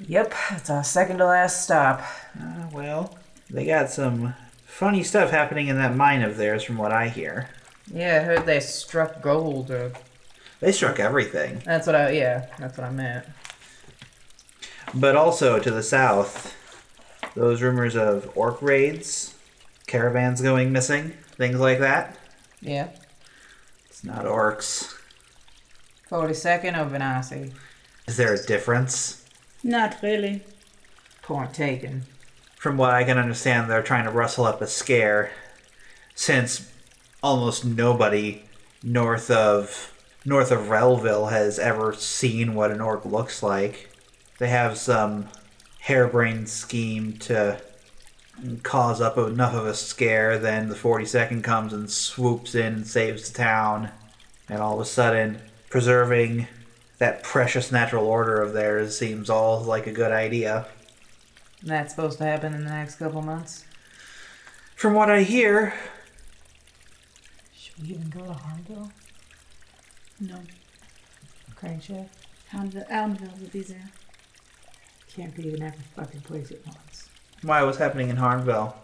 Speaker 5: Yep, it's our second to last stop.
Speaker 2: Uh, well, they got some funny stuff happening in that mine of theirs, from what I hear.
Speaker 5: Yeah, I heard they struck gold, or
Speaker 2: They struck everything.
Speaker 5: that's what I. Yeah, that's what I meant.
Speaker 2: But also to the south, those rumors of orc raids, caravans going missing, things like that.
Speaker 5: Yeah,
Speaker 2: It's not orcs.
Speaker 5: forty second of Benassi.
Speaker 2: Is there a difference?
Speaker 8: Not really.
Speaker 5: Point taken.
Speaker 2: From what I can understand, they're trying to rustle up a scare since almost nobody north of north of Relville has ever seen what an orc looks like. They have some harebrained scheme to cause up enough of a scare, then the 42nd comes and swoops in and saves the town, and all of a sudden, preserving that precious natural order of theirs seems all like a good idea.
Speaker 5: And That's supposed to happen in the next couple months.
Speaker 2: From what I hear,
Speaker 5: Should we even go to Harmville?
Speaker 8: No.
Speaker 5: Crankshaft?
Speaker 8: Houndville, Allenville would be there.
Speaker 5: Can't be in every fucking place at once.
Speaker 2: Why was happening in Harmville?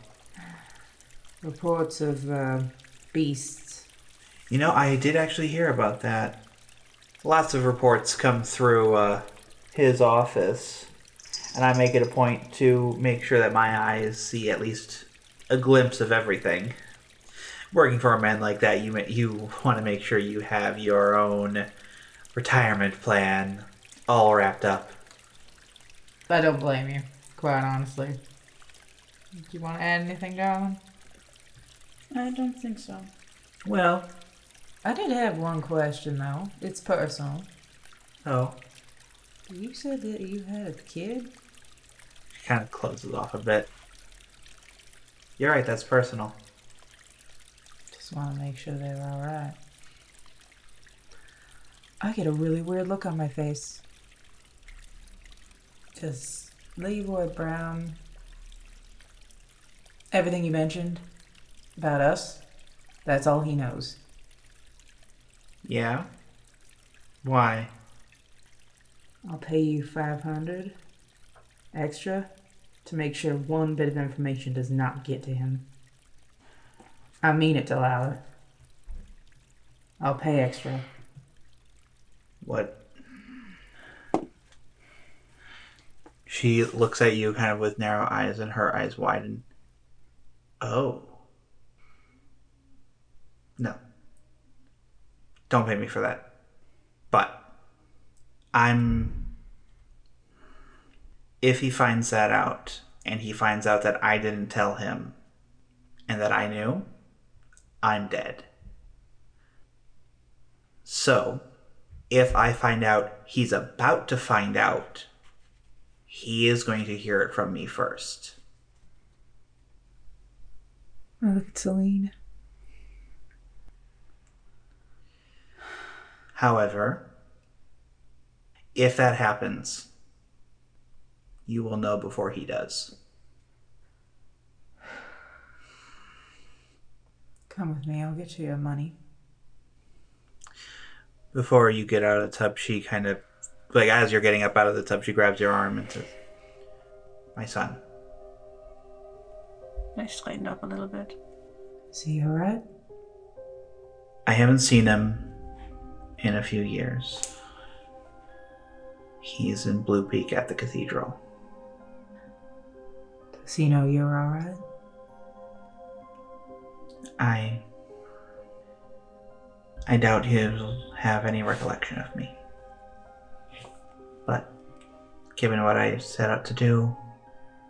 Speaker 5: Reports of uh, beasts.
Speaker 2: You know, I did actually hear about that. Lots of reports come through uh, his office, and I make it a point to make sure that my eyes see at least
Speaker 6: a glimpse of everything. Working for a man like that, you ma- you want to make sure you have your own retirement plan all wrapped up.
Speaker 5: I don't blame you, quite honestly. Do you want to add anything, darling?
Speaker 8: I don't think so.
Speaker 6: Well,
Speaker 5: I did have one question, though. It's personal.
Speaker 6: oh,
Speaker 5: You said that you had a kid?
Speaker 6: it kind of closes off a bit. You're right. That's personal.
Speaker 5: Just want to make sure they were alright. I get a really weird look on my face. Just Leroy Brown. Everything you mentioned about us, that's all he knows.
Speaker 6: Yeah. Why?
Speaker 5: I'll pay you 500 extra to make sure one bit of information does not get to him. I mean it, Delilah. I'll pay extra.
Speaker 6: What? She looks at you kind of with narrow eyes and her eyes widen. Oh. No. Don't pay me for that. But I'm. If he finds that out, and he finds out that I didn't tell him, and that I knew, I'm dead. So, if I find out he's about to find out, he is going to hear it from me first.
Speaker 5: I look at Celine.
Speaker 6: However, if that happens, you will know before he does.
Speaker 5: Come with me, I'll get you your money.
Speaker 6: Before you get out of the tub, she kind of, like, as you're getting up out of the tub, she grabs your arm and says, My son.
Speaker 8: I straightened up a little bit.
Speaker 5: Is he alright?
Speaker 6: I haven't seen him in a few years. He's in Blue Peak at the cathedral.
Speaker 5: Does he know you're alright?
Speaker 6: I I doubt he'll have any recollection of me. But given what I set out to do,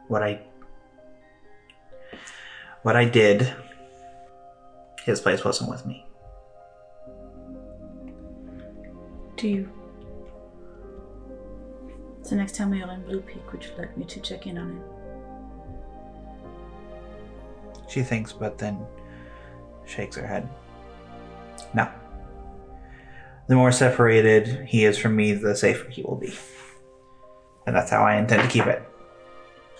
Speaker 6: what I what I did, his place wasn't with me.
Speaker 8: Do you? So next time we are in Blue Peak, would you like me to check in on him?
Speaker 6: She thinks, but then shakes her head. No. The more separated he is from me, the safer he will be. And that's how I intend to keep it.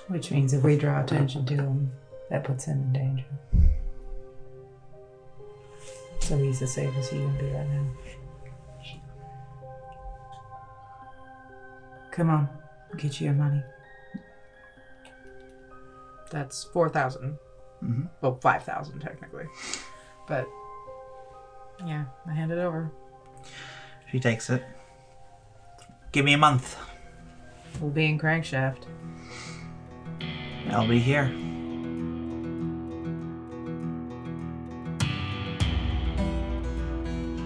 Speaker 5: Which means if we draw attention to him, that puts him in danger. So he's as safe as he can be right now. Come on, I'll get you your money. That's four
Speaker 6: Mhm.
Speaker 5: Well, five thousand technically, but yeah, I hand it over.
Speaker 6: She takes it. Give me a month.
Speaker 5: We'll be in crankshaft.
Speaker 6: I'll be here.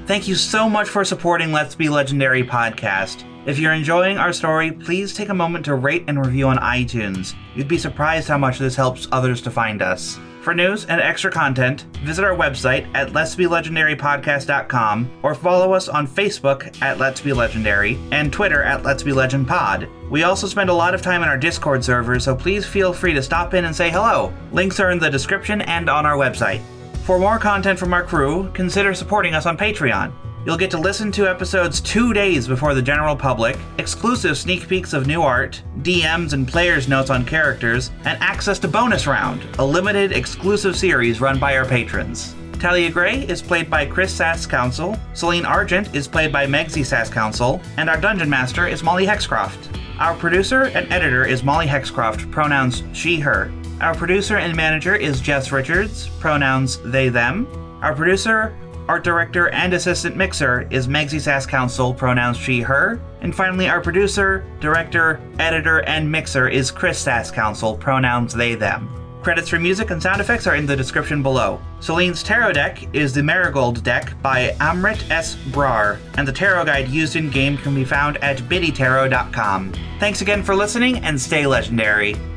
Speaker 2: Thank you so much for supporting Let's Be Legendary podcast. If you're enjoying our story, please take a moment to rate and review on iTunes. You'd be surprised how much this helps others to find us. For news and extra content, visit our website at letsbelegendarypodcast.com or follow us on Facebook at Let's Be Legendary and Twitter at Let's Be Legend Pod. We also spend a lot of time in our Discord server, so please feel free to stop in and say hello. Links are in the description and on our website. For more content from our crew, consider supporting us on Patreon. You'll get to listen to episodes two days before the general public, exclusive sneak peeks of new art, DMs and players' notes on characters, and access to Bonus Round, a limited exclusive series run by our patrons. Talia Gray is played by Chris Sass Council, Celine Argent is played by Megsy Sass Council, and our Dungeon Master is Molly Hexcroft. Our producer and editor is Molly Hexcroft, pronouns she, her. Our producer and manager is Jess Richards, pronouns they, them. Our producer, art director, and assistant mixer is Megsy Sass Council, pronouns she, her. And finally, our producer, director, editor, and mixer is Chris Sass Council, pronouns they, them. Credits for music and sound effects are in the description below. Celine's tarot deck is the Marigold deck by Amrit S. Brar, and the tarot guide used in game can be found at biddytarot.com. Thanks again for listening and stay legendary.